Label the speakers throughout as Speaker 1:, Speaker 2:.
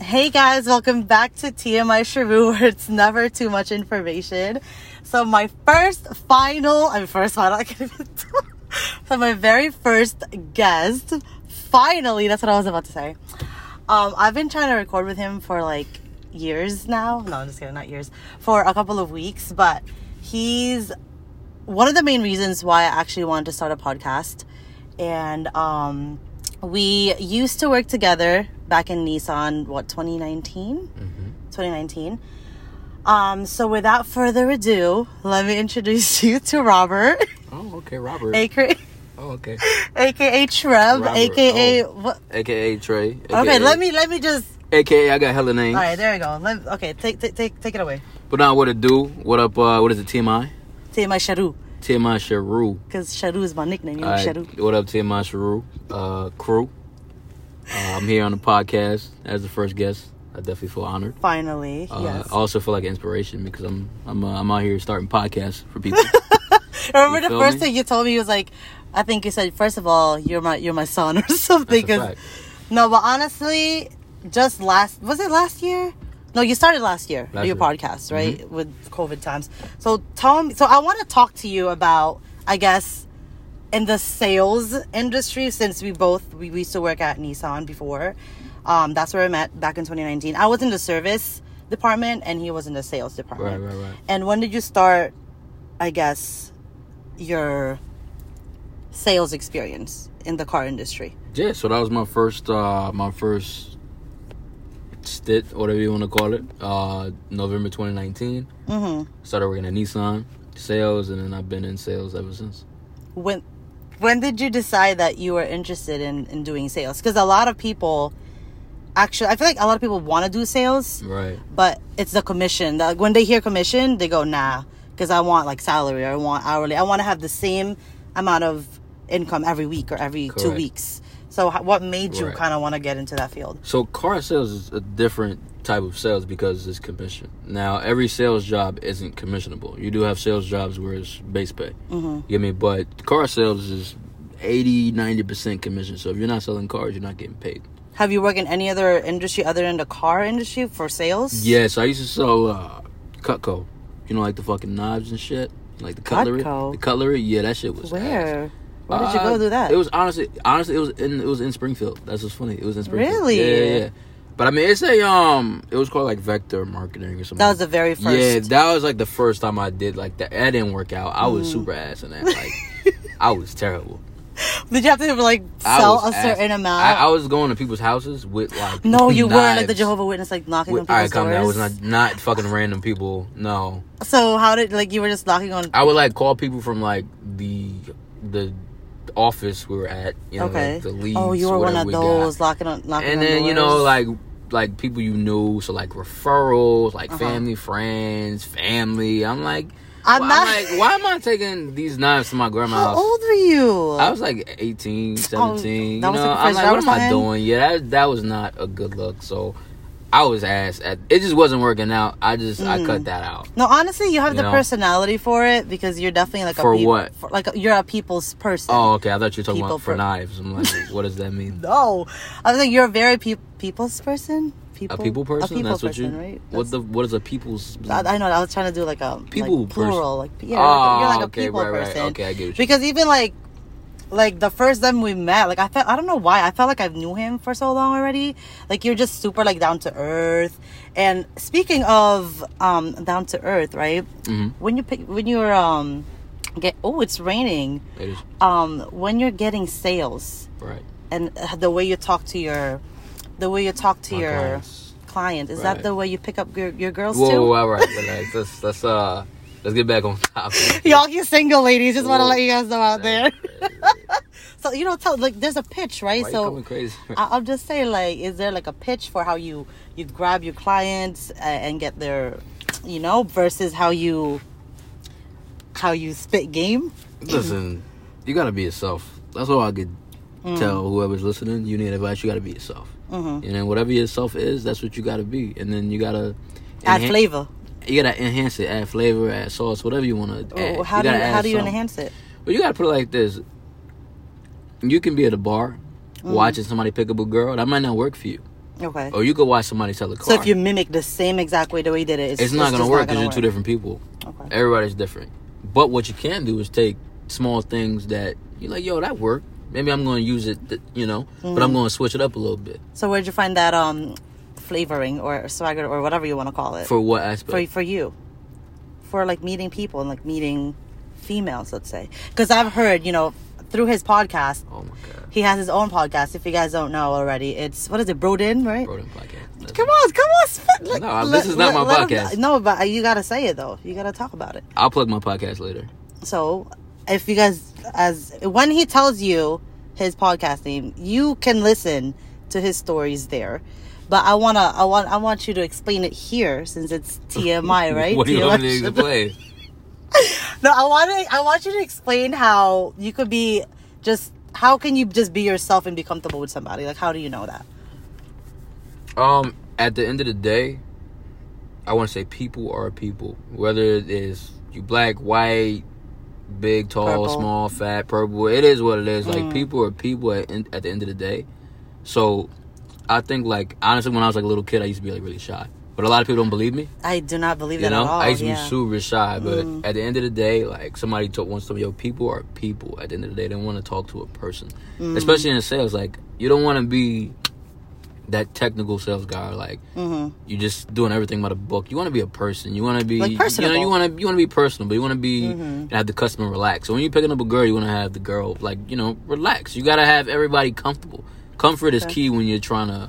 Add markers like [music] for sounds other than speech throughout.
Speaker 1: Hey guys, welcome back to TMI Shavu, [laughs] where it's never too much information. So my first final, I mean first final, [laughs] I can't even talk. So my very first guest, finally, that's what I was about to say. Um, I've been trying to record with him for like years now. No, I'm just kidding, not years. For a couple of weeks, but he's one of the main reasons why I actually wanted to start a podcast. And um, we used to work together back in Nissan, what, 2019?
Speaker 2: Mm-hmm.
Speaker 1: 2019. Um, so without further ado, let me introduce [laughs] you to
Speaker 2: [laughs]
Speaker 1: Robert,
Speaker 2: Oh, okay, Robert.
Speaker 1: aka,
Speaker 2: oh, okay.
Speaker 1: aka Shrub,
Speaker 2: Robert,
Speaker 1: aka
Speaker 2: oh.
Speaker 1: what?
Speaker 2: AKA Trey. AKA,
Speaker 1: Okay, let me let me just.
Speaker 2: AKA I got hella names.
Speaker 1: All right, there we go. Let, okay, take take take take it away.
Speaker 2: But now what it do? What up? Uh, what is it? TMI.
Speaker 1: TMI Sharu,
Speaker 2: TMI Sharu.
Speaker 1: because Sharu is my nickname. You know,
Speaker 2: All right,
Speaker 1: Sharu.
Speaker 2: What up? TMI Sharu. Uh, crew. Uh, I'm here on the podcast as the first guest. I definitely feel honored.
Speaker 1: Finally,
Speaker 2: Uh,
Speaker 1: yes.
Speaker 2: I also feel like inspiration because I'm I'm uh, I'm out here starting podcasts for people.
Speaker 1: [laughs] Remember
Speaker 2: you
Speaker 1: the
Speaker 2: feel
Speaker 1: first
Speaker 2: me?
Speaker 1: thing you told me was like, I think you said first of all you're my you're my son [laughs] or something.
Speaker 2: That's a
Speaker 1: 'cause-
Speaker 2: fact.
Speaker 1: no, but honestly, just last was it last year? No, you started last year
Speaker 2: Last
Speaker 1: your
Speaker 2: year. Mm-hmm.
Speaker 1: podcast right with COVID times. So tell me. So I want to talk to you about I guess in the sales industry since we both we, we used to work at Nissan before. Um, that's where I met back in 2019. I was in the service department and he was in the sales department.
Speaker 2: right, right.
Speaker 1: And when did you start? I guess your sales experience in the car industry.
Speaker 2: Yeah, so that was my first uh my first stint, whatever you want to call it. Uh November 2019.
Speaker 1: Mm-hmm.
Speaker 2: Started working at Nissan sales and then I've been in sales ever since.
Speaker 1: When when did you decide that you were interested in in doing sales? Because a lot of people actually, I feel like a lot of people want to do sales,
Speaker 2: Right.
Speaker 1: but it's the commission. Like when they hear commission, they go nah, because I want like salary or I want hourly. I want to have the same amount of income every week or every two
Speaker 2: Correct.
Speaker 1: weeks. So, h- what made you
Speaker 2: Right.
Speaker 1: kind of want to get into that field?
Speaker 2: So car sales is a different type of sales because it's commission. Now every sales job isn't commissionable. You do have sales jobs where it's base pay. Mm-hmm. You get me? But car sales is 80 90% commission. So if you're not selling cars, you're not getting paid.
Speaker 1: Have you worked in any other industry other than the car industry for sales?
Speaker 2: Yes, I used to sell uh, Cutco. You know, like the fucking knives and shit, like the cutlery.
Speaker 1: Cutco?
Speaker 2: The cutlery, yeah, that shit was. ass.
Speaker 1: Where? Where did you
Speaker 2: Uh,
Speaker 1: go do that?
Speaker 2: It was honestly, honestly, it was in it was in Springfield. That's what's funny. It was in Springfield.
Speaker 1: Really?
Speaker 2: Yeah, yeah. yeah. But I mean, it's a um, it was called like Vector Marketing or something.
Speaker 1: that was the very first.
Speaker 2: Yeah, that was like the first time I did like that. That didn't work out. I
Speaker 1: Mm.
Speaker 2: was super ass in
Speaker 1: [laughs]
Speaker 2: that. Like, I was terrible.
Speaker 1: did you have to like
Speaker 2: I
Speaker 1: sell a
Speaker 2: was ass.
Speaker 1: certain amount?
Speaker 2: I, I was going to people's houses with like
Speaker 1: no, you were like the
Speaker 2: knives.
Speaker 1: Jehovah Witness, like knocking on
Speaker 2: With, all right,
Speaker 1: people's
Speaker 2: calm
Speaker 1: doors.
Speaker 2: down. It was not not fucking random people. No,
Speaker 1: So how did like you were just knocking on?
Speaker 2: I would like call people from like the the office we were at. You know,
Speaker 1: okay.
Speaker 2: like, the leads.
Speaker 1: oh, you were one
Speaker 2: whatever
Speaker 1: of
Speaker 2: we got.
Speaker 1: those knocking on knocking
Speaker 2: And
Speaker 1: on
Speaker 2: then you know
Speaker 1: doors.
Speaker 2: like like people you knew, so like referrals, like
Speaker 1: Uh-huh.
Speaker 2: family, friends, family. I'm like,
Speaker 1: I'm
Speaker 2: why-
Speaker 1: not.
Speaker 2: like, why am I taking these knives to my
Speaker 1: [laughs]
Speaker 2: grandma's
Speaker 1: how
Speaker 2: house?
Speaker 1: old were you?
Speaker 2: I was like 18, 17.
Speaker 1: that
Speaker 2: you
Speaker 1: was,
Speaker 2: know,
Speaker 1: like, the
Speaker 2: I'm
Speaker 1: first
Speaker 2: like, what am I
Speaker 1: Valentine?
Speaker 2: doing? Yeah, that, that was not a good look. So I was ass. At, it just wasn't working out. I just, I
Speaker 1: Mm.
Speaker 2: cut that out.
Speaker 1: no, honestly, you have
Speaker 2: You
Speaker 1: the
Speaker 2: know?
Speaker 1: personality for it because you're definitely like
Speaker 2: For
Speaker 1: a peop-
Speaker 2: what?
Speaker 1: For, like you're a people's person.
Speaker 2: Oh, okay. I thought you were talking
Speaker 1: People
Speaker 2: about for
Speaker 1: per-
Speaker 2: knives. I'm
Speaker 1: [laughs]
Speaker 2: like, what does that mean?
Speaker 1: No, I was like, you're a very peop people's person. People,
Speaker 2: A people person?
Speaker 1: A people
Speaker 2: That's what
Speaker 1: person,
Speaker 2: you.
Speaker 1: right?
Speaker 2: What the? What is a people's?
Speaker 1: That's- I, I know. I was trying to do like a
Speaker 2: People
Speaker 1: like
Speaker 2: person.
Speaker 1: plural, like yeah,
Speaker 2: Ah,
Speaker 1: you're like a
Speaker 2: okay,
Speaker 1: people
Speaker 2: right, right.
Speaker 1: person.
Speaker 2: Okay, I get what you-
Speaker 1: Because even like, like the first time we met, like I felt I don't know why I felt like I've knew him for so long already. Like you're just super like down to earth. And speaking of um down to earth, right?
Speaker 2: Mhm.
Speaker 1: When you pick when you're um get oh it's raining
Speaker 2: It is
Speaker 1: um when you're getting sales
Speaker 2: right.
Speaker 1: and uh, the way you talk to your the way you talk to
Speaker 2: My
Speaker 1: your
Speaker 2: clients.
Speaker 1: client is that
Speaker 2: Right.
Speaker 1: the way you pick up your, your girls
Speaker 2: Whoa,
Speaker 1: too
Speaker 2: whoa, whoa,
Speaker 1: [laughs]
Speaker 2: all right, relax. Let's let's uh let's get back on topic.
Speaker 1: y'all you single ladies just want to
Speaker 2: Whoa.
Speaker 1: let you guys know out there
Speaker 2: Right,
Speaker 1: [laughs] so you know tell like there's a pitch right
Speaker 2: Why you
Speaker 1: so
Speaker 2: coming crazy? [laughs]
Speaker 1: I, i'm just saying like is there like a pitch for how you you grab your clients uh, and get their you know versus how you how you spit game
Speaker 2: Listen, you gotta be yourself. That's all I could
Speaker 1: Mm.
Speaker 2: tell whoever's listening. You need advice. You gotta be yourself.
Speaker 1: Mhm.
Speaker 2: And then whatever yourself is, that's what you gotta be. And then you gotta
Speaker 1: add
Speaker 2: enhan-
Speaker 1: flavor
Speaker 2: You gotta enhance it. Add flavor. Add sauce. Whatever Eh, you wanna add.
Speaker 1: Oh, how do you,
Speaker 2: gotta
Speaker 1: how
Speaker 2: add
Speaker 1: do you
Speaker 2: something.
Speaker 1: enhance it
Speaker 2: But you gotta put it like this.
Speaker 1: Mm-hmm.
Speaker 2: You can be at a bar watching somebody pick up a girl. That might not work for you.
Speaker 1: Okay.
Speaker 2: Or Oh, you could watch somebody sell a car.
Speaker 1: so if you mimic the same exact way the way you did it, it's,
Speaker 2: it's not going
Speaker 1: just
Speaker 2: to work because you're
Speaker 1: gonna
Speaker 2: two
Speaker 1: work.
Speaker 2: different people.
Speaker 1: Okay.
Speaker 2: Everybody's different. But what you can do is take small things that you're like, yo, that worked. Maybe I'm going to use it, th- you know, but
Speaker 1: Mm-hmm.
Speaker 2: I'm going to switch it up a little bit.
Speaker 1: So where'd you find that um flavoring or swagger or whatever you want to call it
Speaker 2: For what
Speaker 1: for,
Speaker 2: aspect?
Speaker 1: for you for like meeting people and like meeting females, let's say? Because I've heard you know through his podcast.
Speaker 2: oh my God.
Speaker 1: He has his own podcast. If you guys don't know already, it's what is it, Broden, right?
Speaker 2: Broden podcast. That's-
Speaker 1: Come on, come on. spit-
Speaker 2: No, this is not my
Speaker 1: him-
Speaker 2: podcast.
Speaker 1: no, but you gotta say it though. You gotta talk about it.
Speaker 2: I'll plug my podcast later.
Speaker 1: So, if you guys, as when he tells you his podcast name, you can listen to his stories there. But I wanna, I want, I want you to explain it here since
Speaker 2: [laughs]
Speaker 1: it's TMI, right?
Speaker 2: what do you
Speaker 1: TMI.
Speaker 2: want me to play?
Speaker 1: No, I want to. I want you to explain how you could be just. How can you just be yourself and be comfortable with somebody? Like, how do you know that?
Speaker 2: Um, at the end of the day, I want to say people are people. Whether it is you black, white, big, tall,
Speaker 1: Purple.
Speaker 2: small, fat, purple, it is what it is. Like people are people at, en- at the end of the day. So, I think like honestly, when I was like a little kid, I used to be like really shy. But a lot of people don't believe me.
Speaker 1: I do not believe
Speaker 2: You
Speaker 1: that
Speaker 2: know,
Speaker 1: at all.
Speaker 2: I used to
Speaker 1: yeah. Mm.
Speaker 2: be super shy. But at the end of the day, like somebody told once told me, "Yo, people are people." At the end of the day, they want to talk to a person,
Speaker 1: Mm.
Speaker 2: especially in sales. Like you don't want to be that technical sales guy. Like
Speaker 1: hmm
Speaker 2: you're just doing everything by the book. You want to be a person. You want to be
Speaker 1: Like personable. Mm-hmm.
Speaker 2: You, know, you want to you want to be personal, but you want to be and have the customer relax. So when you're picking up a girl, you want to have the girl like you know relax. You gotta have everybody comfortable. Comfort is
Speaker 1: Okay.
Speaker 2: key when you're trying to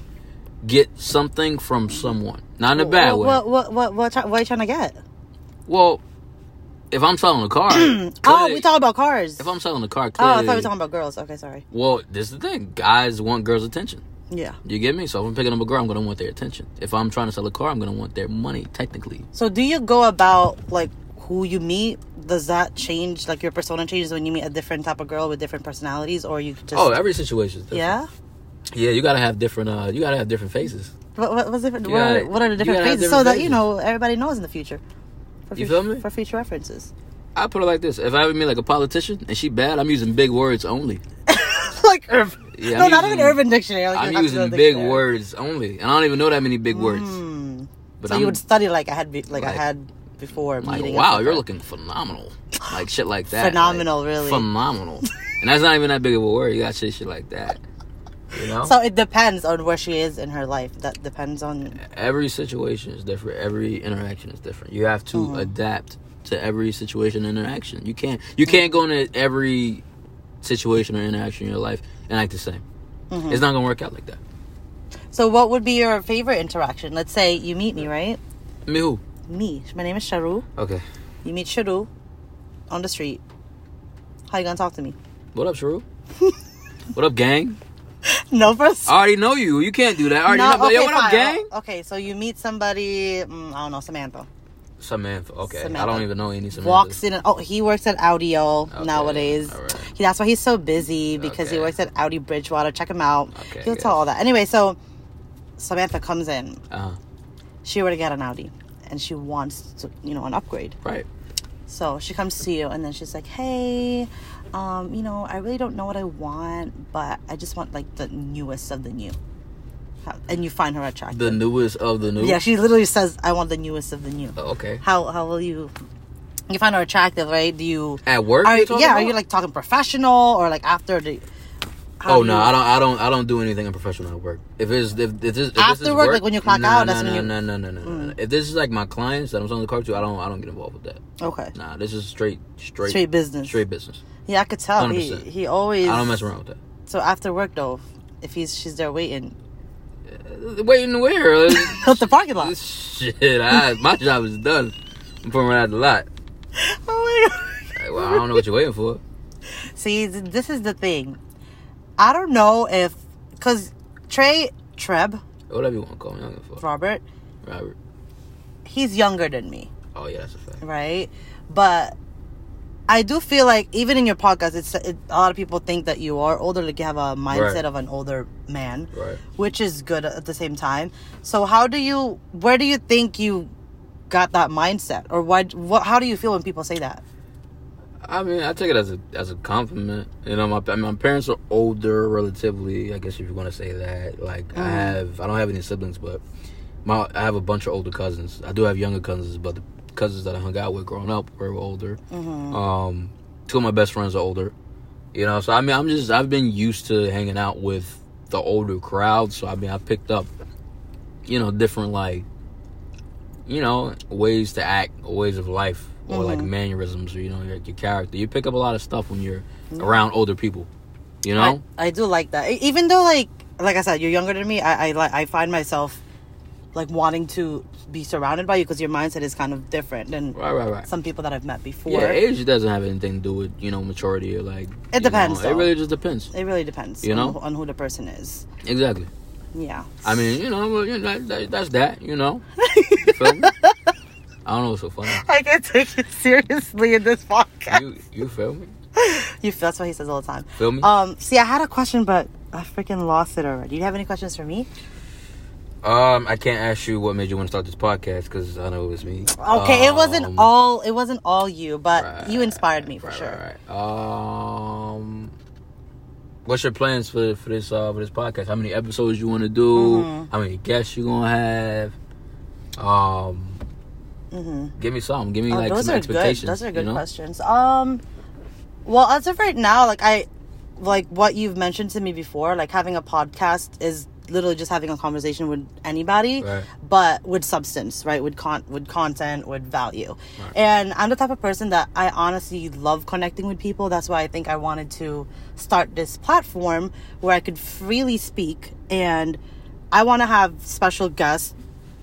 Speaker 2: get something from someone, not in a bad
Speaker 1: what,
Speaker 2: way.
Speaker 1: What, what, what, what, what are you trying to get?
Speaker 2: Well, if I'm selling a car,
Speaker 1: [clears throat] Oh,
Speaker 2: clearly-
Speaker 1: we talking about cars.
Speaker 2: If I'm selling a car,
Speaker 1: oh, I
Speaker 2: clearly,
Speaker 1: thought we were talking about girls. Okay, sorry.
Speaker 2: well, this is the thing. Guys want girls' attention.
Speaker 1: Yeah.
Speaker 2: You get me? So if I'm picking up a girl, I'm gonna want their attention. If I'm trying to sell a car, I'm gonna want their money. Technically,
Speaker 1: So do you go about like who you meet? Does that change? Like your persona changes when you meet a different type of girl with different personalities, or you just
Speaker 2: oh, every situation is different.
Speaker 1: yeah.
Speaker 2: Yeah, you gotta have different. Uh, you gotta have different faces.
Speaker 1: What, what, what's different?
Speaker 2: You
Speaker 1: what, are,
Speaker 2: gotta-
Speaker 1: what are the
Speaker 2: you
Speaker 1: different
Speaker 2: gotta have
Speaker 1: phases so
Speaker 2: different
Speaker 1: that you
Speaker 2: phases.
Speaker 1: know everybody knows in the future? For
Speaker 2: You
Speaker 1: future,
Speaker 2: feel me?
Speaker 1: For future references, [laughs]
Speaker 2: I put it like this: if I ever meet like a politician and she bad, I'm using big words only.
Speaker 1: like urban.
Speaker 2: Yeah,
Speaker 1: no,
Speaker 2: I'm
Speaker 1: not
Speaker 2: using-
Speaker 1: even urban dictionary. Like, you
Speaker 2: I'm
Speaker 1: have Oh, to go
Speaker 2: using
Speaker 1: to
Speaker 2: big
Speaker 1: dictionary.
Speaker 2: words only, and I don't even know that many big words.
Speaker 1: Mm.
Speaker 2: But
Speaker 1: so
Speaker 2: I'm
Speaker 1: you would study like I had, be, like, I
Speaker 2: like-
Speaker 1: had before
Speaker 2: like,
Speaker 1: meeting.
Speaker 2: wow,
Speaker 1: and
Speaker 2: you're
Speaker 1: stuff.
Speaker 2: looking phenomenal, like shit like that.
Speaker 1: Phenomenal,
Speaker 2: like,
Speaker 1: really. [laughs]
Speaker 2: phenomenal, and that's not even that big of a word. You got to say shit like that. You know,
Speaker 1: So it depends on where she is in her life. That depends on
Speaker 2: every situation is different. Every interaction is different. You have to
Speaker 1: Mm-hmm.
Speaker 2: adapt to every situation and interaction. You can't you can't go into every situation or interaction in your life and act the same.
Speaker 1: Mm-hmm.
Speaker 2: It's not gonna work out like that.
Speaker 1: So, what would be your favorite interaction? Let's say you meet me, right?
Speaker 2: Me who?
Speaker 1: Me. My name is Sharu.
Speaker 2: Okay.
Speaker 1: You meet Sharu on the street. How you gonna talk to me? [laughs]
Speaker 2: What up, Sharu? [laughs] what up, gang?
Speaker 1: No first.
Speaker 2: I already know you. You can't do that. I already know. but yo, what up, gang?
Speaker 1: Okay, so you meet somebody. Mm, I don't know, Samantha.
Speaker 2: Samantha. Okay. I
Speaker 1: Samantha.
Speaker 2: don't even know any Samantha.
Speaker 1: Walks in. And, oh, he works at Audio
Speaker 2: Okay,
Speaker 1: nowadays.
Speaker 2: alright.
Speaker 1: He, that's why he's so busy because he
Speaker 2: Okay.
Speaker 1: works at Audi Bridgewater. Check him out.
Speaker 2: Okay,
Speaker 1: He'll
Speaker 2: good.
Speaker 1: tell all that. Anyway, so Samantha comes in.
Speaker 2: Uh,
Speaker 1: She already got an Audi, and she wants to, you know, an upgrade.
Speaker 2: right.
Speaker 1: So she comes to you and then she's like, hey, um, you know, I really don't know what I want, but I just want like the newest of the new. How- And you find her attractive.
Speaker 2: The newest of the new.
Speaker 1: yeah, she literally says, I want the newest of the new.
Speaker 2: Oh, okay.
Speaker 1: How how will you you find her attractive, right? Do you
Speaker 2: At work.
Speaker 1: are
Speaker 2: you
Speaker 1: yeah,
Speaker 2: talking
Speaker 1: are
Speaker 2: about?
Speaker 1: you like talking professional or like after the how
Speaker 2: Oh
Speaker 1: do
Speaker 2: no,
Speaker 1: you-
Speaker 2: I don't. I don't. I don't do anything unprofessional at work. If it's if, if this if this is
Speaker 1: After work, like when you clock
Speaker 2: nah,
Speaker 1: out,
Speaker 2: nah,
Speaker 1: that's when
Speaker 2: nah,
Speaker 1: you- Mm.
Speaker 2: Nah, nah, nah, nah, nah, nah. If this is like my clients that I'm selling the car to, I don't. I don't get involved with that.
Speaker 1: Okay.
Speaker 2: Nah, this is straight, straight,
Speaker 1: Straight business.
Speaker 2: straight business.
Speaker 1: Yeah, I could tell. He
Speaker 2: 100%.
Speaker 1: he always
Speaker 2: I don't mess around with that.
Speaker 1: So after work though, if he's she's there
Speaker 2: [laughs]
Speaker 1: waiting.
Speaker 2: Uh, Waiting where?
Speaker 1: [laughs] At the parking lot.
Speaker 2: this shit. I, my job is done. I'm putting her out the lot.
Speaker 1: [laughs] Oh my god.
Speaker 2: Like, well, I don't know what you're waiting for.
Speaker 1: See, th- this is the thing. I don't know if because Trey Treb
Speaker 2: Whatever you want to call me, I don't give a fuck.
Speaker 1: Robert,
Speaker 2: Robert.
Speaker 1: he's younger than me,
Speaker 2: Oh yeah, that's a fact.
Speaker 1: right? But I do feel like even in your podcast, it's it, a lot of people think that you are older, like you have a mindset
Speaker 2: Right.
Speaker 1: of an older man,
Speaker 2: Right.
Speaker 1: which is good at the same time. So how do you? Where do you think you got that mindset, or why? What? How do you feel when people say that?
Speaker 2: I mean, I take it as a as a compliment. You know, my I mean, my parents are older, relatively. I guess if you want to say that. Like, I have I don't have any siblings, but my I have a bunch of older cousins. I do have younger cousins, but the cousins that I hung out with growing up were older. Um, two of my best friends are older. You know, so I mean, I'm just I've been used to hanging out with the older crowd. So I mean, I picked up, you know, different like, you know, ways to act, ways of life, or like mannerisms, or you know, your, your character. You pick up a lot of stuff when you're around older people. You know,
Speaker 1: I, I do like that. E- Even though, like, like I said, you're younger than me. I, I like, I find myself like wanting to be surrounded by you because your mindset is kind of different than
Speaker 2: right, right, right.
Speaker 1: some people that I've met before.
Speaker 2: Yeah, age doesn't have anything to do with you know maturity or like. you
Speaker 1: depends,
Speaker 2: know, it
Speaker 1: though.
Speaker 2: really just depends.
Speaker 1: it really depends,
Speaker 2: You
Speaker 1: on
Speaker 2: know?
Speaker 1: who- on who the person is.
Speaker 2: Exactly.
Speaker 1: Yeah.
Speaker 2: I mean, you know, well, you know that, that, that's that. You know.
Speaker 1: [laughs]
Speaker 2: You feel me? I don't know what's so funny.
Speaker 1: I can't take it seriously in this podcast.
Speaker 2: You you feel me?
Speaker 1: You feel that's what he says all the time.
Speaker 2: Feel me?
Speaker 1: Um, see, I had a question, but I freaking lost it already. Do you have any questions for me?
Speaker 2: Um, I can't ask you what made you want to start this podcast because I know it was me.
Speaker 1: Okay, it wasn't
Speaker 2: Um,
Speaker 1: all. It wasn't all you, but you inspired me for
Speaker 2: right,
Speaker 1: sure.
Speaker 2: right, right. Um, what's your plans for for this uh for this podcast? How many episodes you want to do?
Speaker 1: Mm-hmm.
Speaker 2: How many guests you gonna have? Um, give me some. Give me
Speaker 1: Oh,
Speaker 2: like
Speaker 1: those
Speaker 2: some
Speaker 1: are good.
Speaker 2: expectations.
Speaker 1: Those are
Speaker 2: you
Speaker 1: good
Speaker 2: know?
Speaker 1: questions. Um, well, as of right now, like I, like what you've mentioned to me before, like having a podcast is literally just having a conversation with anybody,
Speaker 2: Right.
Speaker 1: but with substance, right? With con, with content, with value. And I'm the type of person that I honestly love connecting with people. That's why I think I wanted to start this platform where I could freely speak and I want to have special guests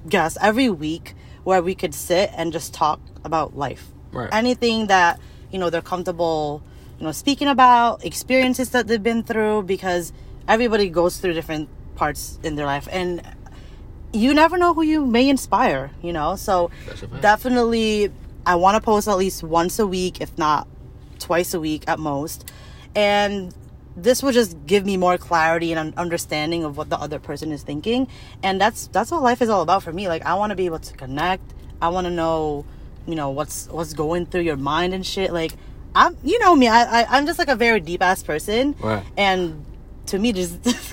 Speaker 1: guests every week where we could sit and just talk about life.
Speaker 2: Right.
Speaker 1: Anything that, you know, they're comfortable, you know, speaking about, experiences that they've been through because everybody goes through different parts in their life and you never know who you may inspire, you know? So
Speaker 2: That's a fact.
Speaker 1: definitely I want to post at least once a week, if not twice a week at most. And this will just give me more clarity and un- understanding of what the other person is thinking. And that's that's what life is all about for me. Like I want to be able to connect. I want to know, you know, what's what's going through your mind and shit. Like I'm, you know me. I, I I'm just like a very deep ass person.
Speaker 2: Right.
Speaker 1: And to me, just [laughs]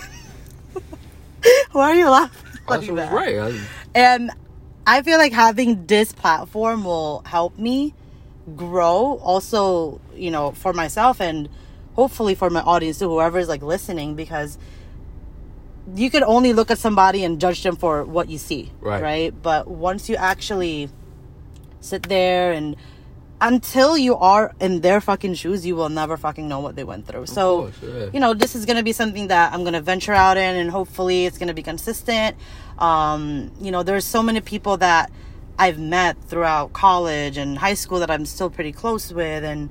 Speaker 1: why are you laughing?
Speaker 2: Oh, that's
Speaker 1: like
Speaker 2: what's
Speaker 1: that?
Speaker 2: right. I-
Speaker 1: And I feel like having this platform will help me grow also, you know, for myself and hopefully for my audience too, whoever is like listening, because you can only look at somebody and judge them for what you see.
Speaker 2: Right.
Speaker 1: Right. But once you actually sit there and until you are in their fucking shoes, you will never fucking know what they went through. so
Speaker 2: course, yeah.
Speaker 1: you know, this is gonna be something that I'm gonna venture out in, and hopefully, it's gonna be consistent. Um, you know, there's so many people that I've met throughout college and high school that I'm still pretty close with, and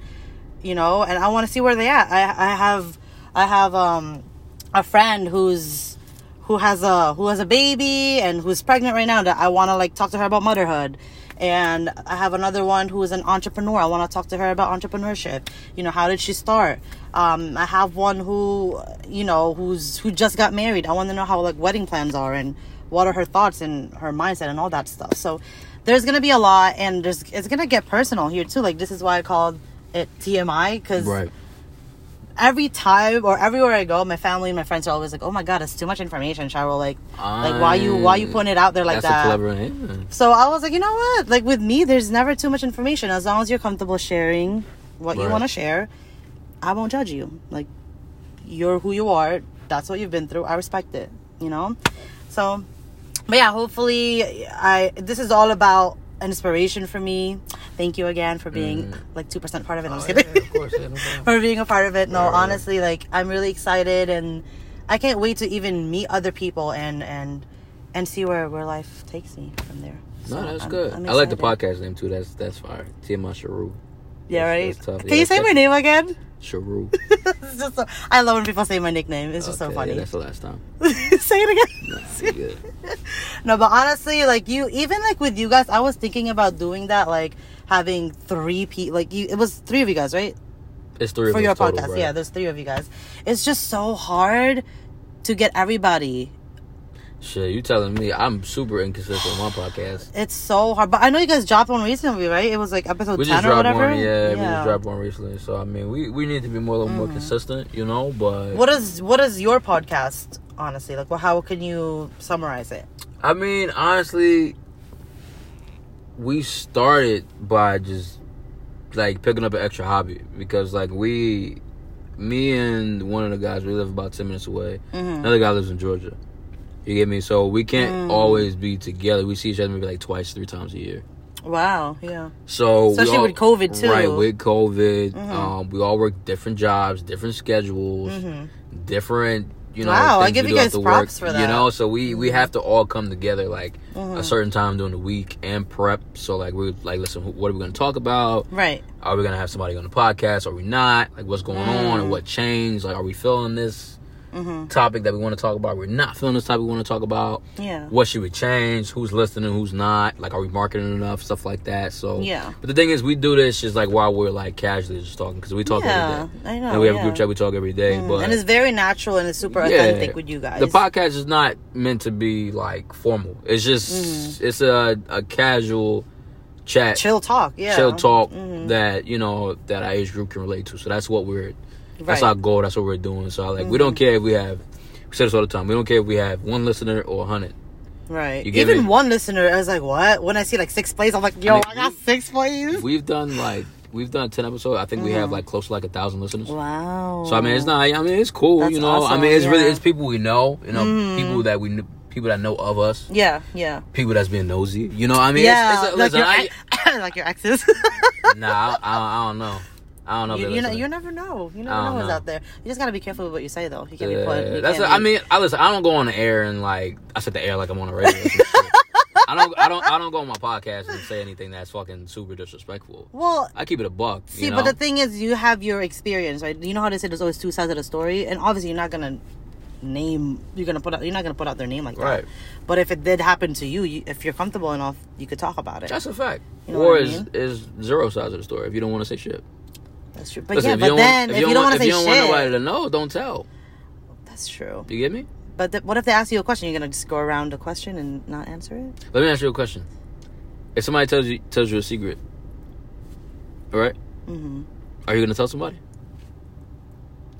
Speaker 1: you know, and I want to see where they at. I, I have, I have um, a friend who's who has a who has a baby and who's pregnant right now that I want to like talk to her about motherhood. And I have another one who is an entrepreneur. I want to talk to her about entrepreneurship. You know, how did she start? Um, I have one who, you know, who's who just got married. I want to know how like wedding plans are and what are her thoughts and her mindset and all that stuff. So there's gonna be a lot, and there's it's gonna get personal here too. Like this is why I called it TMI because
Speaker 2: Right.
Speaker 1: every time or everywhere I go, my family and my friends are always like, "Oh my god, it's too much information, Cheryl. Like, like why you why you putting it out there like
Speaker 2: Ah,
Speaker 1: uh,
Speaker 2: that's
Speaker 1: that?"
Speaker 2: a
Speaker 1: [laughs]
Speaker 2: clever name.
Speaker 1: so I was like, you know what? Like with me, there's never too much information. As long as you're comfortable sharing what you
Speaker 2: Right.
Speaker 1: want to share, I won't judge you. Like you're who you are. That's what you've been through. I respect it. You know. So, but yeah, hopefully, I this is all about inspiration for me. Thank you again for being like two percent part of it. I'm just kidding
Speaker 2: Mm. Oh, Yeah, of course, yeah, no problem.
Speaker 1: for being a part of it. No,
Speaker 2: Right, right.
Speaker 1: honestly, like I'm really excited and I can't wait to even meet other people and and and see where where life takes me from there. So,
Speaker 2: No,
Speaker 1: [laughs]
Speaker 2: that's
Speaker 1: I'm-
Speaker 2: good.
Speaker 1: I'm
Speaker 2: I like the
Speaker 1: excited.
Speaker 2: podcast name too. That's that's fire. TMI Sharu.
Speaker 1: Yeah,
Speaker 2: That's-
Speaker 1: right.
Speaker 2: that's tough.
Speaker 1: Can
Speaker 2: Yeah,
Speaker 1: you say my
Speaker 2: that's-
Speaker 1: name again? [laughs]
Speaker 2: Sharu.
Speaker 1: It's just so, I love when people say my nickname. It's just so
Speaker 2: Okay, yeah,
Speaker 1: funny.
Speaker 2: that's the last time.
Speaker 1: [laughs] say it again.
Speaker 2: Nah, you good.
Speaker 1: [laughs] No, but honestly, like you, even like with you guys, I was thinking about doing that, like having three people, like you, it was three of you guys, right?
Speaker 2: It's three
Speaker 1: for
Speaker 2: of
Speaker 1: your
Speaker 2: us total,
Speaker 1: podcast.
Speaker 2: right?
Speaker 1: Yeah, there's three of you guys. It's just so hard to get everybody
Speaker 2: Shit, you telling me I'm super inconsistent on my podcast.
Speaker 1: It's so hard. But I know you guys dropped one recently, right? It was like episode
Speaker 2: We
Speaker 1: 10
Speaker 2: just
Speaker 1: or
Speaker 2: dropped
Speaker 1: whatever.
Speaker 2: one, yeah, We just dropped one recently, so I mean, we, we need to be more a little more consistent, you know. But
Speaker 1: Mm-hmm. What is what is your podcast honestly? Like well, how can you summarize it?
Speaker 2: I mean, honestly, we started by just like picking up an extra hobby because, like, we, me and one of the guys, we live about 10 minutes away.
Speaker 1: Mm.
Speaker 2: Another guy lives in Georgia. You get me? So we can't always be together. We see each other maybe like twice, three times a year.
Speaker 1: Wow, yeah.
Speaker 2: So, we
Speaker 1: Especially with COVID, too. Mm-hmm.
Speaker 2: Right, with COVID. Um, we all work different jobs, different schedules, different. You
Speaker 1: Mm-hmm.
Speaker 2: know,
Speaker 1: Wow, I
Speaker 2: things
Speaker 1: give
Speaker 2: we
Speaker 1: you
Speaker 2: do have
Speaker 1: guys
Speaker 2: to
Speaker 1: props for
Speaker 2: You
Speaker 1: that. Mm-hmm.
Speaker 2: know, so we we have to all come together like a certain time during the week and prep. So like we're like, listen, wh- what are we going to talk about?
Speaker 1: Right.
Speaker 2: Are we going to have somebody on the podcast? Are we not? Like, what's going on
Speaker 1: Mm.
Speaker 2: and what changed? Like, are we feeling this
Speaker 1: Mm-hmm.
Speaker 2: topic that we want to talk about? We're not feeling this topic we want to talk about.
Speaker 1: Yeah.
Speaker 2: What should we change? Who's listening? Who's not? Like, are we marketing enough? Stuff like that. So
Speaker 1: Yeah.
Speaker 2: But the thing is, we do this just like while we're like casually just talking because we talk
Speaker 1: Yeah,
Speaker 2: every day.
Speaker 1: I know,
Speaker 2: And we have a
Speaker 1: yeah. Mm,
Speaker 2: group chat. We talk every day, But
Speaker 1: and it's very natural and it's super authentic with you guys.
Speaker 2: the podcast is not meant to be like formal. It's just it's a a casual chat,
Speaker 1: Mm. chill talk, yeah. Mm-hmm.
Speaker 2: chill talk that you know that our age group can relate to. So that's what we're that's
Speaker 1: Right. Mm-hmm.
Speaker 2: our goal. That's what we're doing. So like we don't care if we have we say this all the time. We don't care if we have one listener or hundred.
Speaker 1: Right.
Speaker 2: You get
Speaker 1: Even
Speaker 2: me?
Speaker 1: one listener is like, "What?" When I see like six plays, I'm like, "Yo, I,
Speaker 2: think
Speaker 1: got
Speaker 2: we-
Speaker 1: six plays."
Speaker 2: We've done like we've done ten episodes. I think we
Speaker 1: Mm-hmm.
Speaker 2: have like close to like a thousand listeners.
Speaker 1: wow.
Speaker 2: So I mean, it's not. I mean, it's cool.
Speaker 1: That's
Speaker 2: you know, I
Speaker 1: awesome,
Speaker 2: mean, it's really
Speaker 1: yeah. Mm-hmm.
Speaker 2: it's people we know. You know, people that we kn- people that know of us.
Speaker 1: Yeah, yeah,
Speaker 2: People that's being nosy. You know, what I mean,
Speaker 1: yeah.
Speaker 2: It's, it's a,
Speaker 1: like,
Speaker 2: listen,
Speaker 1: your
Speaker 2: I,
Speaker 1: ex- [coughs] like your exes. [laughs]
Speaker 2: [laughs] nah, I, I, I don't know. I don't know. if
Speaker 1: you,
Speaker 2: they
Speaker 1: you, know,
Speaker 2: listening.
Speaker 1: you never know. You never
Speaker 2: I
Speaker 1: know
Speaker 2: don't
Speaker 1: what's
Speaker 2: know.
Speaker 1: out there. You just gotta be careful with what you say, though. You can't be put.
Speaker 2: Yeah,
Speaker 1: you
Speaker 2: that's.
Speaker 1: can't
Speaker 2: A, I
Speaker 1: be-
Speaker 2: mean, I listen. I don't go on the air and like I said the air like I'm on the radio. and shit. I don't. I don't. I don't go on my podcast and say anything that's fucking super disrespectful.
Speaker 1: well,
Speaker 2: I keep it a buck.
Speaker 1: See,
Speaker 2: you know?
Speaker 1: but the thing is, you have your experience, right? You know how they say there's always two sides of the story, and obviously you're not gonna name you're gonna put out you're not gonna put out their name like
Speaker 2: Right.
Speaker 1: that. But if it did happen to you, you, if you're comfortable enough, you could talk about it.
Speaker 2: That's a fact.
Speaker 1: You know
Speaker 2: or
Speaker 1: what I
Speaker 2: is
Speaker 1: mean?
Speaker 2: is zero sides of the story if you don't want to say shit.
Speaker 1: That's true. But
Speaker 2: Listen,
Speaker 1: yeah, but then if you don't want to
Speaker 2: if
Speaker 1: say
Speaker 2: you don't want nobody
Speaker 1: shit,
Speaker 2: to know, don't tell.
Speaker 1: that's true.
Speaker 2: You get me?
Speaker 1: But th- what if they ask you a question? You're gonna just go around the question and not answer it?
Speaker 2: Let me ask you a question. If somebody tells you tells you a secret, all right,
Speaker 1: hmm
Speaker 2: are you gonna tell somebody?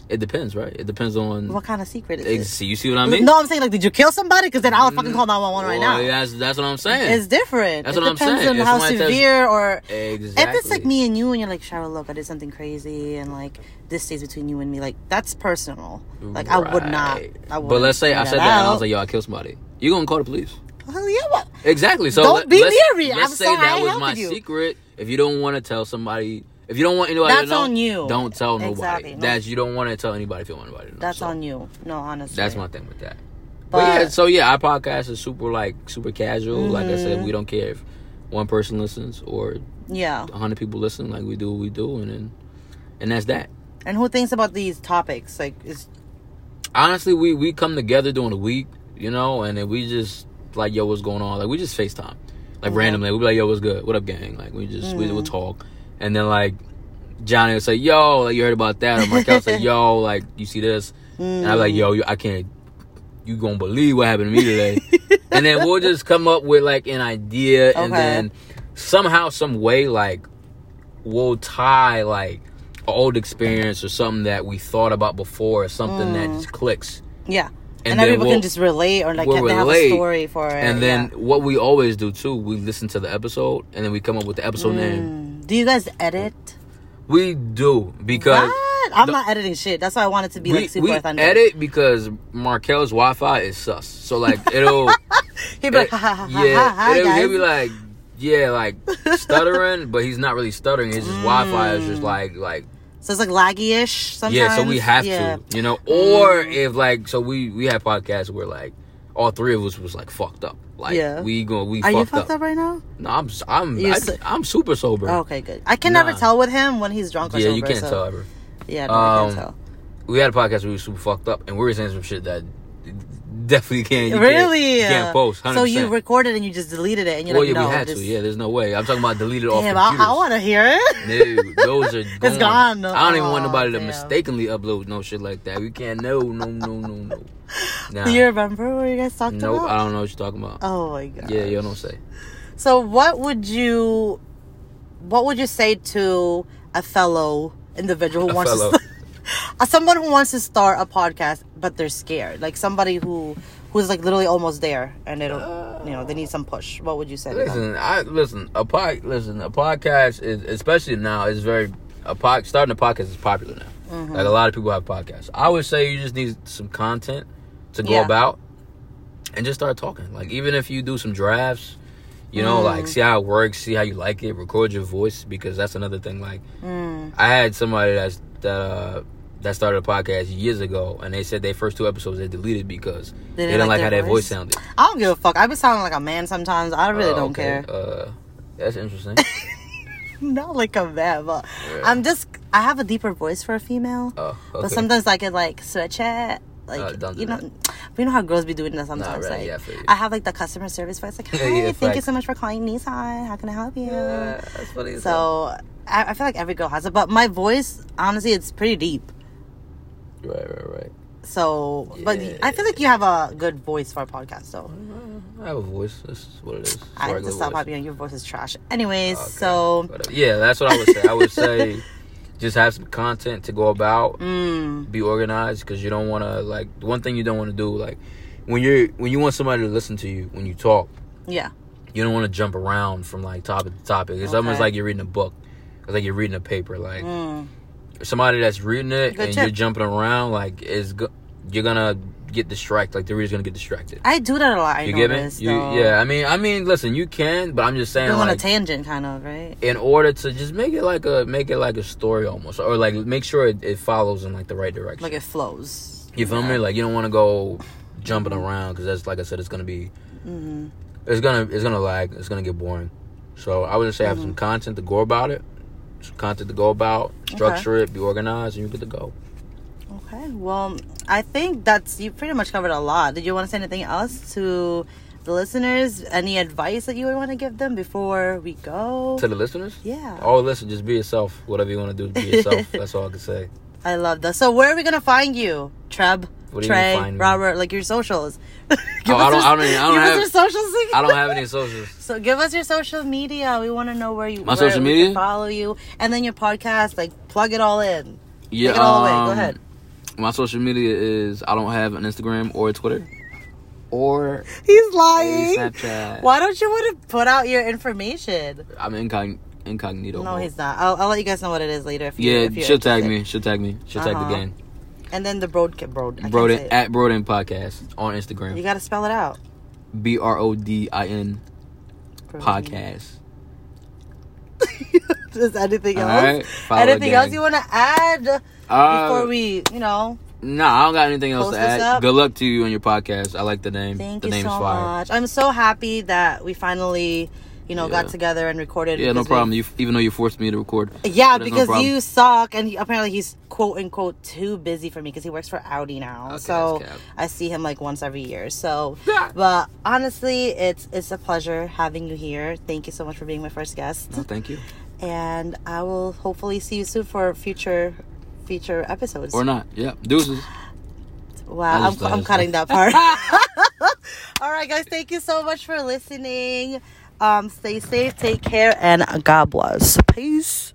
Speaker 2: It depends, right? It depends on.
Speaker 1: What kind of secret is
Speaker 2: Ex-
Speaker 1: it?
Speaker 2: see, you see what I mean?
Speaker 1: no, I'm saying like, did you kill somebody? Because then I would fucking call 911 right
Speaker 2: Well,
Speaker 1: now.
Speaker 2: That's that's what I'm saying.
Speaker 1: It's different.
Speaker 2: That's
Speaker 1: it
Speaker 2: what I'm
Speaker 1: depends
Speaker 2: saying.
Speaker 1: on
Speaker 2: If
Speaker 1: how
Speaker 2: somebody tells you-
Speaker 1: severe or
Speaker 2: exactly.
Speaker 1: If it's like me and you, and you're like, Cheryl, look, I did something crazy, and like this stays between you and me, like that's personal. Like I would not.
Speaker 2: Right.
Speaker 1: I would.
Speaker 2: but let's say I said that and I was like, "Yo, I killed somebody." You gonna call the police?
Speaker 1: Hell yeah, what?
Speaker 2: Exactly. So
Speaker 1: Don't
Speaker 2: let-
Speaker 1: be
Speaker 2: let's,
Speaker 1: leery.
Speaker 2: Let's
Speaker 1: I'm
Speaker 2: say
Speaker 1: sorry, I
Speaker 2: that was
Speaker 1: helped
Speaker 2: my
Speaker 1: you.
Speaker 2: secret. If you don't want to tell somebody, if you don't want anybody to
Speaker 1: That's
Speaker 2: know,
Speaker 1: on you.
Speaker 2: Don't tell nobody.
Speaker 1: Exactly. No.
Speaker 2: That's you don't want to tell anybody if you want anybody to know.
Speaker 1: That's
Speaker 2: So
Speaker 1: on you. No, honestly.
Speaker 2: That's my thing with that. But,
Speaker 1: But-
Speaker 2: yeah, so yeah, our podcast is super like super casual. Like I said, we don't care if one person listens or
Speaker 1: Yeah.
Speaker 2: hundred people listen. Like we do what we do, and then, and that's that.
Speaker 1: And who thinks about these topics? Like, it's
Speaker 2: Honestly, we we come together during the week, you know, and then we just like yo, what's going on? Like we just Facetime, like randomly. We be like yo, what's good? What up, gang? Like we just we will talk, and then like Johnny will say yo, like you heard about that, or Markel say yo, like you see this,
Speaker 1: mm.
Speaker 2: and I'm like yo, you, I can't. You gonna believe what happened to me today, and then we'll just come up with like an idea, and
Speaker 1: Okay.
Speaker 2: then somehow, some way, like we'll tie like an old experience or something that we thought about before or something that just clicks.
Speaker 1: [laughs] yeah.
Speaker 2: And
Speaker 1: Mm. And,
Speaker 2: then
Speaker 1: everyone
Speaker 2: we'll-
Speaker 1: can just relate or like
Speaker 2: we'll
Speaker 1: they have a
Speaker 2: relate,
Speaker 1: story for it.
Speaker 2: and then
Speaker 1: yeah.
Speaker 2: what we always do too, we listen to the episode and then we come up with the episode name.
Speaker 1: Mm. do you guys edit?
Speaker 2: We do because
Speaker 1: What? I'm not editing shit. That's why I want it to be
Speaker 2: we,
Speaker 1: like super
Speaker 2: we
Speaker 1: authentic.
Speaker 2: edit because Markel's Wi Fi is sus. So like
Speaker 1: [laughs]
Speaker 2: it'll
Speaker 1: He'd be like, ha ha ha ha
Speaker 2: Eh, yeah,
Speaker 1: ha, hi,
Speaker 2: it'll, he'll be
Speaker 1: guys.
Speaker 2: like
Speaker 1: [laughs]
Speaker 2: yeah, like stuttering, but he's not really stuttering. His just Wi Fi is
Speaker 1: Mm.
Speaker 2: just like like
Speaker 1: So it's like laggy-ish sometimes.
Speaker 2: Yeah, so we have
Speaker 1: Yeah. Mm.
Speaker 2: to, you know. Or if like, so we we had podcasts where like all three of us was like fucked up. Like
Speaker 1: Yeah.
Speaker 2: we go, we
Speaker 1: Are
Speaker 2: fucked,
Speaker 1: you fucked up
Speaker 2: up.
Speaker 1: right now?
Speaker 2: No, I'm I'm
Speaker 1: You're
Speaker 2: I,
Speaker 1: so-
Speaker 2: am super sober.
Speaker 1: Oh, okay, good. I can
Speaker 2: Nah.
Speaker 1: never tell with him when he's drunk or
Speaker 2: yeah,
Speaker 1: sober.
Speaker 2: you can't
Speaker 1: so-
Speaker 2: tell ever.
Speaker 1: Yeah, no, I
Speaker 2: Um,
Speaker 1: can't tell.
Speaker 2: We had a podcast where we were super fucked up, and we were saying some shit that definitely can't. You
Speaker 1: really? Uh,
Speaker 2: Can't, you can't post. 100%.
Speaker 1: So you recorded and you just deleted it, and you're
Speaker 2: well,
Speaker 1: like,
Speaker 2: yeah,
Speaker 1: no,
Speaker 2: we had
Speaker 1: this-
Speaker 2: to. Yeah, there's no way. I'm talking about deleted off
Speaker 1: Damn, I,
Speaker 2: computers.
Speaker 1: I want to hear it.
Speaker 2: No, those are gone.
Speaker 1: It's gone.
Speaker 2: I don't even want
Speaker 1: Aw,
Speaker 2: nobody to
Speaker 1: damn.
Speaker 2: mistakenly upload no shit like that. We can't. No, no, no, no, no.
Speaker 1: [laughs] [laughs]
Speaker 2: Nah.
Speaker 1: Do you remember what you guys talked
Speaker 2: Nope, I
Speaker 1: about?
Speaker 2: don't know what you're talking about.
Speaker 1: Oh my god.
Speaker 2: yeah, you don't say.
Speaker 1: So what would you, what would you say to a fellow individual who
Speaker 2: A
Speaker 1: wants
Speaker 2: fellow.
Speaker 1: to, st- [laughs] someone who wants to start a podcast but they're scared, like somebody who who's like literally almost there and they don't, you know, they need some push. What would you say? To them?
Speaker 2: Listen, I listen. A pod, listen. A podcast is especially now is very a pod, starting a podcast is popular now.
Speaker 1: Mm-hmm.
Speaker 2: Like a lot of people have podcasts. I would say you just need some content to go
Speaker 1: Yeah.
Speaker 2: about and just start talking. Like even if you do some drafts, you know,
Speaker 1: Mm.
Speaker 2: like see how it works, see how you like it, record your voice because that's another thing. Like
Speaker 1: Mm.
Speaker 2: I had somebody that's that uh, that started a podcast years ago, and they said their first two episodes they deleted because they didn't, like, how
Speaker 1: their
Speaker 2: their voice
Speaker 1: voice?
Speaker 2: sounded.
Speaker 1: I don't give a fuck. I be sounding like a man sometimes. I really
Speaker 2: Uh,
Speaker 1: don't
Speaker 2: okay,
Speaker 1: care. [laughs]
Speaker 2: Uh, that's interesting.
Speaker 1: Not like a man, but
Speaker 2: Yeah.
Speaker 1: I'm just. I have a deeper voice for a female.
Speaker 2: Oh, okay.
Speaker 1: But sometimes I could like switch it. Like
Speaker 2: Uh, don't do
Speaker 1: you know,
Speaker 2: that.
Speaker 1: we know how girls be doing that sometimes.
Speaker 2: really,
Speaker 1: like
Speaker 2: yeah, I feel you.
Speaker 1: I have like the customer service voice, like,
Speaker 2: [laughs] Yeah,
Speaker 1: "Hi,
Speaker 2: yeah,
Speaker 1: thank you
Speaker 2: facts.
Speaker 1: so much for calling Nissan. How can I help you?"
Speaker 2: Yeah, that's funny. as hell.
Speaker 1: so I, I feel like every girl has it, but my voice, honestly, it's pretty deep.
Speaker 2: right, right, right.
Speaker 1: So, but
Speaker 2: Yeah.
Speaker 1: I feel like you have a good voice for a podcast. So
Speaker 2: I have a voice. That's what it is. It's a
Speaker 1: I have
Speaker 2: regular
Speaker 1: to stop
Speaker 2: voice.
Speaker 1: hopping on your voice is trash. Anyways,
Speaker 2: Okay,
Speaker 1: so
Speaker 2: whatever. yeah, that's what I would say. I would say [laughs] just have some content to go about.
Speaker 1: mm,
Speaker 2: Be organized because you don't want to like the one thing you don't want to do like when you're when you want somebody to listen to you when you talk
Speaker 1: yeah,
Speaker 2: you don't want to jump around from like topic to topic. It's almost
Speaker 1: Okay.
Speaker 2: like you're reading a book. It's like you're reading a paper. Like
Speaker 1: mm,
Speaker 2: somebody that's reading it
Speaker 1: Good
Speaker 2: and
Speaker 1: tip.
Speaker 2: you're jumping around like is go- you're gonna get distracted. Like the reader's gonna get distracted.
Speaker 1: I do that a lot. I
Speaker 2: You get me?
Speaker 1: notice.
Speaker 2: You,
Speaker 1: though.
Speaker 2: yeah, I mean, I mean, listen, you can, but I'm just saying,
Speaker 1: Going on a
Speaker 2: like,
Speaker 1: tangent, kind of right.
Speaker 2: in order to just make it like a make it like a story almost, or like make sure it, it follows in like the right direction.
Speaker 1: Like it flows.
Speaker 2: you feel me? Like you don't want to go jumping around because that's like I said, it's gonna be,
Speaker 1: Mhm.
Speaker 2: it's gonna it's gonna lag, it's gonna get boring. So I would just say have
Speaker 1: Mm-hmm.
Speaker 2: some content to go about it, some content to go about, structure it, be organized, and you're good to go.
Speaker 1: Okay. Well, I think that's you pretty much covered a lot. Did you want to say anything else to the listeners? Any advice that you would want to give them before we go?
Speaker 2: To the listeners,
Speaker 1: yeah.
Speaker 2: oh listen, just be yourself. Whatever you want to do, be
Speaker 1: [laughs]
Speaker 2: yourself. that's all I can say.
Speaker 1: I love that. So where are we gonna find you, Treb?
Speaker 2: What do you mean
Speaker 1: Trey,
Speaker 2: find me?
Speaker 1: Robert, like your socials. [laughs] give
Speaker 2: Oh, I don't- I don't even- I don't
Speaker 1: give
Speaker 2: have-
Speaker 1: us your socials.
Speaker 2: I don't have any socials.
Speaker 1: [laughs] So give us your social media. We want to know where you.
Speaker 2: My
Speaker 1: where
Speaker 2: social
Speaker 1: we can
Speaker 2: media?
Speaker 1: follow you, and then your podcast. Like plug it all in.
Speaker 2: Yeah,
Speaker 1: Take it all away. Go
Speaker 2: um,
Speaker 1: ahead.
Speaker 2: My social media is I don't have an Instagram or a Twitter or
Speaker 1: He's
Speaker 2: a
Speaker 1: lying.
Speaker 2: Snapchat.
Speaker 1: Why don't you want to put out your information?
Speaker 2: I'm incog- incognito.
Speaker 1: No,
Speaker 2: mode.
Speaker 1: he's not. I'll, I'll let you guys know what it is later. If you,
Speaker 2: Yeah,
Speaker 1: if you're
Speaker 2: she'll tag
Speaker 1: interested.
Speaker 2: me. She'll tag me. She'll tag
Speaker 1: Uh-huh.
Speaker 2: the gang.
Speaker 1: And then the broad broad. I can't say
Speaker 2: Broden
Speaker 1: it.
Speaker 2: at Broden Podcast on
Speaker 1: You
Speaker 2: Instagram.
Speaker 1: gotta spell it out.
Speaker 2: B R O D I N
Speaker 1: Broden. [laughs]
Speaker 2: Podcast.
Speaker 1: Just anything
Speaker 2: All
Speaker 1: else?
Speaker 2: right, follow
Speaker 1: anything
Speaker 2: gang.
Speaker 1: else you want to add
Speaker 2: Uh,
Speaker 1: before we, you know?
Speaker 2: nah, I don't got anything else
Speaker 1: Post
Speaker 2: to
Speaker 1: this
Speaker 2: add.
Speaker 1: up?
Speaker 2: Good luck to you on your podcast. I like the name.
Speaker 1: Thank
Speaker 2: the
Speaker 1: you
Speaker 2: name
Speaker 1: so
Speaker 2: is fire.
Speaker 1: much. I'm so happy that we finally, you know, got
Speaker 2: Yeah.
Speaker 1: together and recorded.
Speaker 2: Yeah, no
Speaker 1: because we-
Speaker 2: problem. You even though you forced me to record.
Speaker 1: yeah,
Speaker 2: There's no
Speaker 1: because
Speaker 2: problem.
Speaker 1: you suck, and he- apparently he's quote unquote too busy for me because he works for Audi now.
Speaker 2: Okay,
Speaker 1: so
Speaker 2: that's cap.
Speaker 1: I see him like once every year. So,
Speaker 2: Yeah.
Speaker 1: but honestly, it's it's a pleasure having you here. Thank you so much for being my first guest,
Speaker 2: No, thank you.
Speaker 1: and I will hopefully see you soon for future future episodes.
Speaker 2: Or not. Yeah. Deuces.
Speaker 1: Wow,
Speaker 2: I
Speaker 1: I'm,
Speaker 2: just- I
Speaker 1: I'm
Speaker 2: just-
Speaker 1: cutting that part. [laughs] All right, guys, thank you so much for listening. Um, stay safe, take care, and God bless. Peace.